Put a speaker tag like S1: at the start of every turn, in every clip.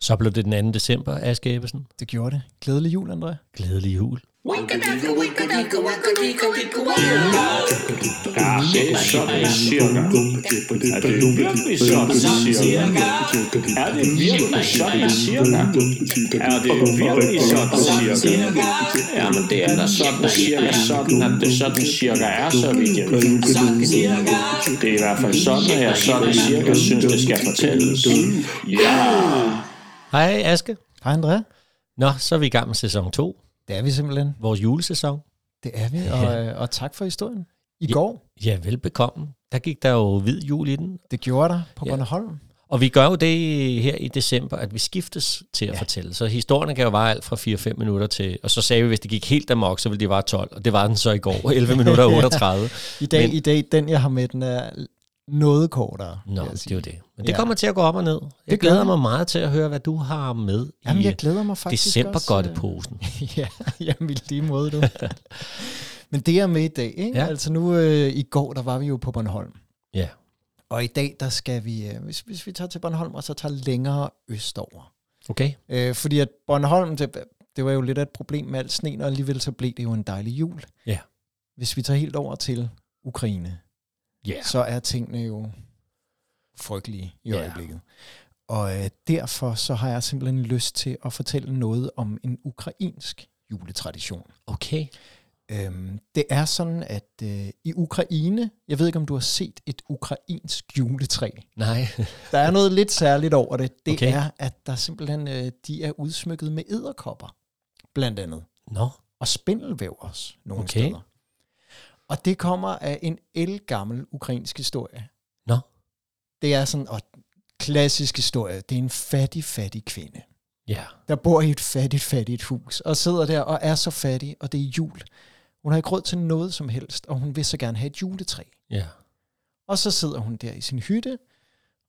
S1: Så blev det den 2. december, Aske Ebbesen.
S2: Det gjorde det. Glædelig jul, André.
S1: Glædelig jul.
S3: Det er sådan cirka. Er det virkelig sådan cirka? Er det virkelig sådan cirka? Er det virkelig sådan cirka? Ja, men det er da sådan cirka sådan, at det sådan cirka er, så vidt jeg ved. Det er i hvert fald sådan, at jeg sådan cirka synes, det skal fortælles. Ja!
S1: Hej Aske.
S2: Hej, André.
S1: Nå, så er vi i gang med sæson 2,
S2: Det er vi simpelthen.
S1: vores julesæson.
S2: Det er vi, og, øh, og tak for historien. I
S1: Ja.
S2: går,
S1: Ja, velbekomme. Der gik der jo hvid jul i den.
S2: det gjorde der på
S1: Ja.
S2: ja. Bornholm.
S1: Og vi gør jo det her i december, at vi skiftes til at ja. fortælle. Så historierne kan jo vare alt fra 4-5 minutter til... Og så sagde vi, hvis det gik helt amok, så ville det vare 12. Og det var den så i går, 11 minutter og 38.
S2: I dag,
S1: Men-
S2: Men... i dag, den jeg har med, den er noget kortere.
S1: Nå,
S2: vil jeg
S1: det
S2: sige.
S1: er jo det. Men det
S2: Ja.
S1: kommer til at gå op og ned. Jeg
S2: gør
S1: glæder
S2: det.
S1: mig meget til at høre, hvad du har med
S2: Jamen,
S1: i
S2: jeg glæder mig faktisk
S1: december
S2: også.
S1: godt
S2: øh,
S1: posen.
S2: Ja, jamen i lige måde du. Men det er med i dag, ikke?
S1: Ja.
S2: Ja. Altså nu øh, i går, der var vi jo på Bornholm.
S1: Ja.
S2: Og i dag, der skal vi, øh, hvis, hvis vi tager til Bornholm, og så tager længere østover.
S1: Okay?
S2: Øh, fordi at Bornholm, det, det var jo lidt af et problem med al sneen, og alligevel så blev det jo en dejlig jul.
S1: Ja.
S2: Hvis vi tager helt over til Ukraine,
S1: Ja.
S2: så er tingene jo frygtelige i
S1: Ja.
S2: øjeblikket. Og øh, derfor så har jeg simpelthen lyst til at fortælle noget om en ukrainsk juletradition.
S1: Okay.
S2: Øhm, det er sådan, at øh, i Ukraine, jeg ved ikke, om du har set et ukrainsk juletræ.
S1: Nej.
S2: Der er noget lidt særligt over det. Det
S1: Okay.
S2: okay. er, at der simpelthen øh, de er udsmykket med edderkopper, blandt andet.
S1: Nå.
S2: Og spindelvæv også, nogle
S1: Okay.
S2: okay. steder. Og det kommer af en elgammel ukrainsk historie.
S1: Nå.
S2: Det er sådan en klassisk historie. Det er en fattig, fattig kvinde,
S1: Ja.
S2: der bor i et fattigt, fattigt hus, og sidder der og er så fattig, og det er jul. Hun har ikke råd til noget som helst, og hun vil så gerne have et juletræ.
S1: Ja.
S2: Og så sidder hun der i sin hytte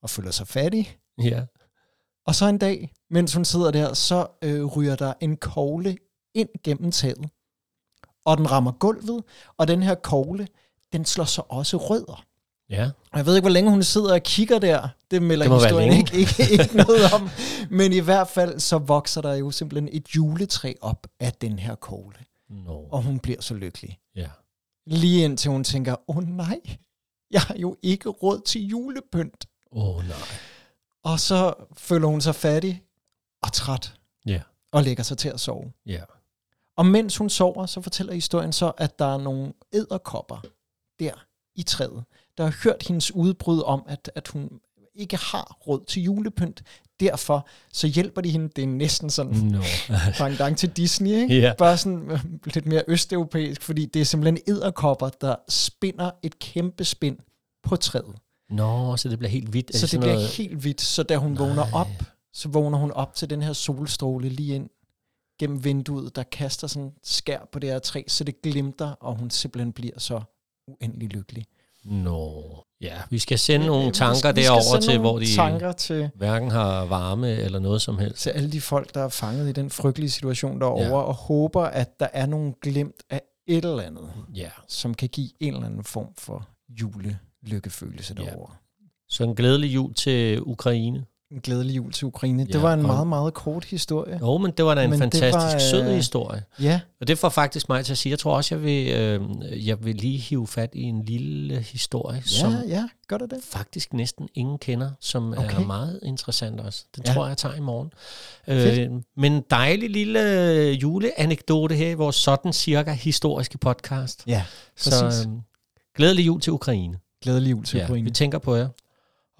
S2: og føler sig fattig.
S1: Ja.
S2: Og så en dag, mens hun sidder der, så øh, ryger der en kogle ind gennem taget. Og den rammer gulvet, og den her kogle, den slår så også rødder.
S1: Ja.
S2: Og jeg ved ikke, hvor længe hun sidder og kigger der. Det melder
S1: Det må være
S2: historien
S1: længe.
S2: ikke, ikke, ikke noget om. Men i hvert fald, så vokser der jo simpelthen et juletræ op af den her kogle.
S1: Nå.
S2: Og hun bliver så lykkelig.
S1: Ja.
S2: Lige indtil hun tænker, åh oh, nej, jeg har jo ikke råd til julepynt.
S1: Åh, oh, nej.
S2: Og så føler hun sig fattig og træt.
S1: Ja.
S2: Og lægger sig til at sove.
S1: Ja.
S2: Og mens hun sover, så fortæller historien så, at der er nogle æderkopper der i træet, der har hørt hendes udbrud om, at, at hun ikke har råd til julepynt. Derfor så hjælper de hende. Det er næsten sådan
S1: Nå.
S2: pangdang til Disney, ikke?
S1: Ja.
S2: Bare sådan øh, lidt mere østeuropæisk, fordi det er simpelthen æderkopper, der spinder et kæmpe spind på træet.
S1: Nå, så det bliver helt hvidt. Er
S2: Så det
S1: sådan
S2: bliver
S1: noget-
S2: helt hvidt, så da hun Nej. vågner
S1: Nej.
S2: op, så vågner hun op til den her solstråle lige ind gennem vinduet, der kaster sådan en skær på det her træ, så det glimter, og hun simpelthen bliver så uendelig lykkelig.
S1: Nå. Ja, vi skal sende
S2: Øh,
S1: nogle
S2: vi
S1: tanker
S2: skal- vi skal
S1: derover
S2: sende
S1: til,
S2: nogle
S1: hvor de
S2: tanker til,
S1: hverken har varme eller noget som helst.
S2: til alle de folk, der er fanget i den frygtelige situation derovre,
S1: Ja.
S2: ja. og håber, at der er nogle glemt af et eller andet,
S1: Ja.
S2: som kan give en eller anden form for julelykkefølelse
S1: Ja.
S2: derovre.
S1: Så en glædelig jul til Ukraine.
S2: En glædelig jul til Ukraine.
S1: Ja,
S2: Det var en
S1: og-
S2: meget, meget kort historie.
S1: Jo, men det var da en
S2: Men det
S1: fantastisk
S2: var, øh,
S1: sød historie.
S2: Ja,
S1: Og det får faktisk mig til at sige, jeg tror også, jeg vil, øh, jeg vil lige hive fat i en lille historie, ja. som
S2: ja, ja, gør det det.
S1: faktisk næsten ingen kender, som okay. er
S2: Okay.
S1: meget interessant også. Den ja.
S2: Ja.
S1: tror jeg, jeg tager i morgen. Øh,
S2: Fedt.
S1: men en dejlig lille øh, juleanekdote her i vores sådan cirka historiske podcast.
S2: Ja, præcis.
S1: Så øh, glædelig jul til Ukraine.
S2: øhm, Glædelig jul til
S1: Ja,
S2: Ukraine.
S1: vi tænker på jer.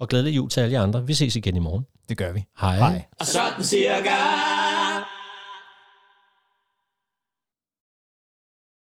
S1: Og glædelig jul til alle jer andre. Vi ses igen i morgen.
S2: Det gør vi.
S1: Hej.
S2: Hej.
S3: Og sådan cirka.